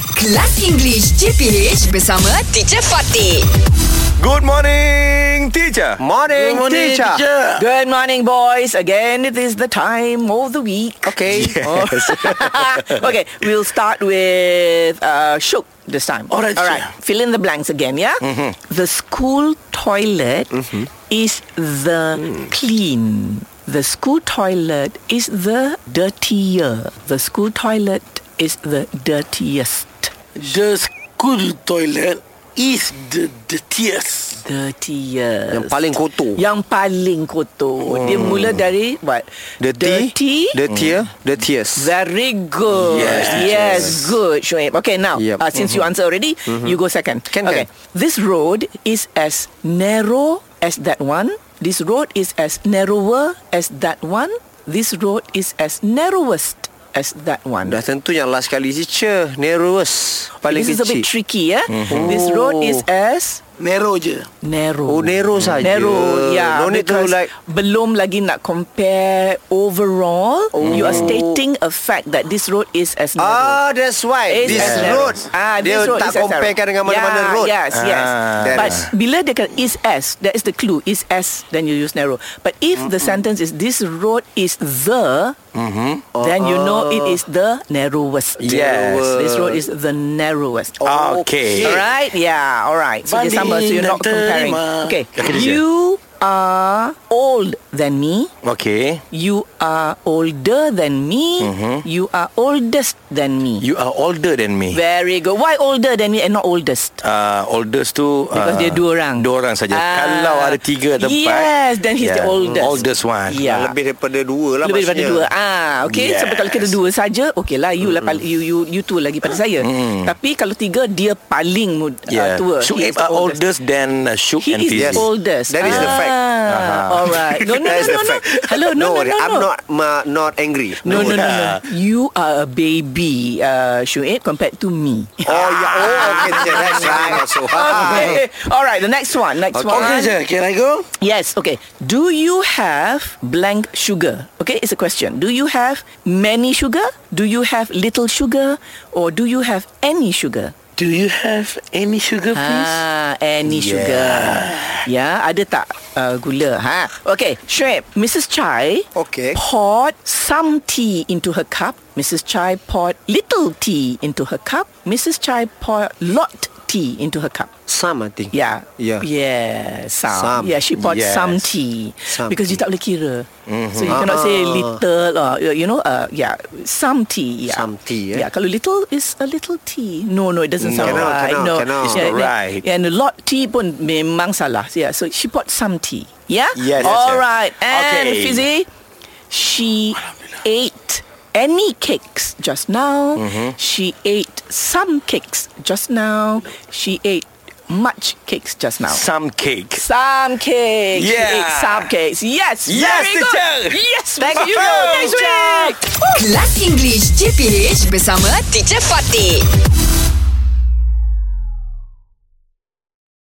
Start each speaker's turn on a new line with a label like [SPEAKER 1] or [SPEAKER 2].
[SPEAKER 1] Kelas English JPH bersama Teacher Fatih.
[SPEAKER 2] Good morning, teacher.
[SPEAKER 3] Morning,
[SPEAKER 4] Good morning,
[SPEAKER 3] teacher.
[SPEAKER 4] teacher.
[SPEAKER 3] Good morning, boys. Again, it is the time of the week. Okay. Oh. okay, we'll start with uh, Shuk this time.
[SPEAKER 4] All right, Mm-hmm.
[SPEAKER 3] All right.
[SPEAKER 4] teacher.
[SPEAKER 3] Fill in the blanks again, yeah? The school toilet
[SPEAKER 4] Mm-hmm.
[SPEAKER 3] is the
[SPEAKER 4] Mm.
[SPEAKER 3] clean. The school toilet is the dirtier. The school toilet is the dirtiest.
[SPEAKER 4] The school toilet is the dirtiest.
[SPEAKER 3] Dirtiest.
[SPEAKER 4] Yang paling kotor.
[SPEAKER 3] Yang paling kotor. Dia mula dari what? Dirty.
[SPEAKER 4] Hmm.
[SPEAKER 2] dirtier, dirtiest.
[SPEAKER 3] Very good.
[SPEAKER 4] Yes,
[SPEAKER 3] yes, good, Shoaib. Okay, now
[SPEAKER 2] Yep.
[SPEAKER 3] uh, since you answer already, you go second.
[SPEAKER 2] Can,
[SPEAKER 3] okay. This road is as narrow as that one. This road is as narrower as that one. This road is as narrowest as that one.
[SPEAKER 2] Dah tentu yang last kali teacher, narrowest, paling
[SPEAKER 3] this is a
[SPEAKER 2] kecil.
[SPEAKER 3] bit tricky, yeah. This road is as
[SPEAKER 4] Narrow je.
[SPEAKER 3] narrow.
[SPEAKER 2] Oh, narrow saja.
[SPEAKER 3] Narrow, yeah.
[SPEAKER 2] No need to
[SPEAKER 3] ya, because
[SPEAKER 2] like-
[SPEAKER 3] belum lagi nak compare overall. You are stating a fact that this road is as narrow.
[SPEAKER 2] Oh. Ah, that's why.
[SPEAKER 3] Is
[SPEAKER 2] this
[SPEAKER 3] as narrow.
[SPEAKER 2] road.
[SPEAKER 3] ah,
[SPEAKER 2] dia
[SPEAKER 3] this road
[SPEAKER 2] tak
[SPEAKER 3] is as
[SPEAKER 2] comparekan
[SPEAKER 3] narrow.
[SPEAKER 2] dengan mana-mana
[SPEAKER 3] yeah,
[SPEAKER 2] road.
[SPEAKER 3] Yes, yes.
[SPEAKER 2] Ah, that
[SPEAKER 3] But
[SPEAKER 2] is-
[SPEAKER 3] bila dia kata is as, that is the clue. Is as, then you use narrow. But if the sentence is this road is the, then you know it is the narrowest.
[SPEAKER 2] Mm-hmm. Yes.
[SPEAKER 3] This road is the narrowest.
[SPEAKER 2] Okay.
[SPEAKER 3] All right, yeah, all right. So dia
[SPEAKER 4] Banding
[SPEAKER 3] sama, so you're not
[SPEAKER 4] dan
[SPEAKER 3] comparing.
[SPEAKER 4] terima.
[SPEAKER 3] Okay,
[SPEAKER 2] Okay, teacher.
[SPEAKER 3] you are old than me.
[SPEAKER 2] Okay.
[SPEAKER 3] You are older than me.
[SPEAKER 2] Mm-hmm.
[SPEAKER 3] You are oldest than me.
[SPEAKER 2] You are older than me.
[SPEAKER 3] Very good. Why older than me and not oldest?
[SPEAKER 2] Uh, oldest tu uh,
[SPEAKER 3] Because dia dua orang.
[SPEAKER 2] Dua orang saja
[SPEAKER 3] Ah.
[SPEAKER 2] Kalau ada tiga tempat
[SPEAKER 3] Yes, then he's the oldest.
[SPEAKER 2] Oldest one
[SPEAKER 3] Yeah.
[SPEAKER 2] Lebih daripada dua lah
[SPEAKER 3] Lebih daripada
[SPEAKER 2] maksudnya.
[SPEAKER 3] dua. Ah, okay. Yes. Sebab kalau kita
[SPEAKER 2] Yes.
[SPEAKER 3] dua saja, okay lah. You lah,
[SPEAKER 5] Mm.
[SPEAKER 3] pal- you you you tua lagi pada saya. Tapi kalau tiga, dia paling mud,
[SPEAKER 2] yeah.
[SPEAKER 3] uh, tua. He
[SPEAKER 2] Shuib
[SPEAKER 3] is the
[SPEAKER 2] are oldest than uh, Shuk
[SPEAKER 3] He
[SPEAKER 2] and
[SPEAKER 3] is
[SPEAKER 2] Fizi
[SPEAKER 3] the oldest.
[SPEAKER 5] That is the fact. Uh-huh.
[SPEAKER 3] Ah, All right. No, no,
[SPEAKER 5] That is
[SPEAKER 3] no,
[SPEAKER 5] the
[SPEAKER 3] no, no.
[SPEAKER 5] fact.
[SPEAKER 3] Hello, no,
[SPEAKER 5] Don't
[SPEAKER 3] no,
[SPEAKER 5] worry,
[SPEAKER 3] no,
[SPEAKER 5] I'm
[SPEAKER 3] no.
[SPEAKER 5] not ma- not angry.
[SPEAKER 3] No, no, no, no. You are a baby, uh, Shuib, compared to me.
[SPEAKER 5] Oh, yeah. Oh, okay. teacher, That's right. So,
[SPEAKER 3] okay. All right. The next one. Next one.
[SPEAKER 4] Okay, teacher. Can I go?
[SPEAKER 3] Yes, okay. Do you have blank sugar? Okay, it's a question. Do you have many sugar? Do you have little sugar? Or do you have any sugar?
[SPEAKER 4] Do you have any sugar, please?
[SPEAKER 3] Ah, any sugar. Ya, ada tak uh, gula? Ha. Okay, Shrimp. Mrs. Chai
[SPEAKER 5] Okay.
[SPEAKER 3] poured some tea into her cup. Mrs. Chai poured little tea into her cup. Mrs. Chai poured lot tea into her cup.
[SPEAKER 5] Some, I think.
[SPEAKER 3] Yeah.
[SPEAKER 5] Yeah.
[SPEAKER 3] Yeah. Some.
[SPEAKER 5] Some.
[SPEAKER 3] Ya. Yeah, she bought
[SPEAKER 2] Yes.
[SPEAKER 3] some tea.
[SPEAKER 5] Some
[SPEAKER 3] because you tak boleh kira. So you cannot say little or you know uh, yeah, some tea. Yeah.
[SPEAKER 5] Some tea, eh?
[SPEAKER 3] Yeah, kalau little is a little tea. No, no, it doesn't sound
[SPEAKER 5] Cannot,
[SPEAKER 3] right.
[SPEAKER 5] cannot,
[SPEAKER 3] no.
[SPEAKER 5] cannot. It's
[SPEAKER 3] Yeah,
[SPEAKER 2] not
[SPEAKER 3] yeah,
[SPEAKER 2] right.
[SPEAKER 3] Yeah, and a lot tea pun memang salah. Yeah, so she bought some tea. Yeah?
[SPEAKER 2] Yes, yes, yes.
[SPEAKER 3] All right. And
[SPEAKER 2] Okay.
[SPEAKER 3] Fizi, she ate any cakes just now.
[SPEAKER 2] Mm-hmm.
[SPEAKER 3] She ate some cakes just now. She ate much cakes just now.
[SPEAKER 2] Some cake
[SPEAKER 3] Some cakes. She
[SPEAKER 2] Yeah.
[SPEAKER 3] ate some cakes. Yes.
[SPEAKER 2] Yes,
[SPEAKER 3] very good.
[SPEAKER 2] teacher.
[SPEAKER 3] Yes. Thank you.
[SPEAKER 2] Bravo,
[SPEAKER 3] Thanks, Rick.
[SPEAKER 1] Kelas English JPH bersama Teacher Fatih.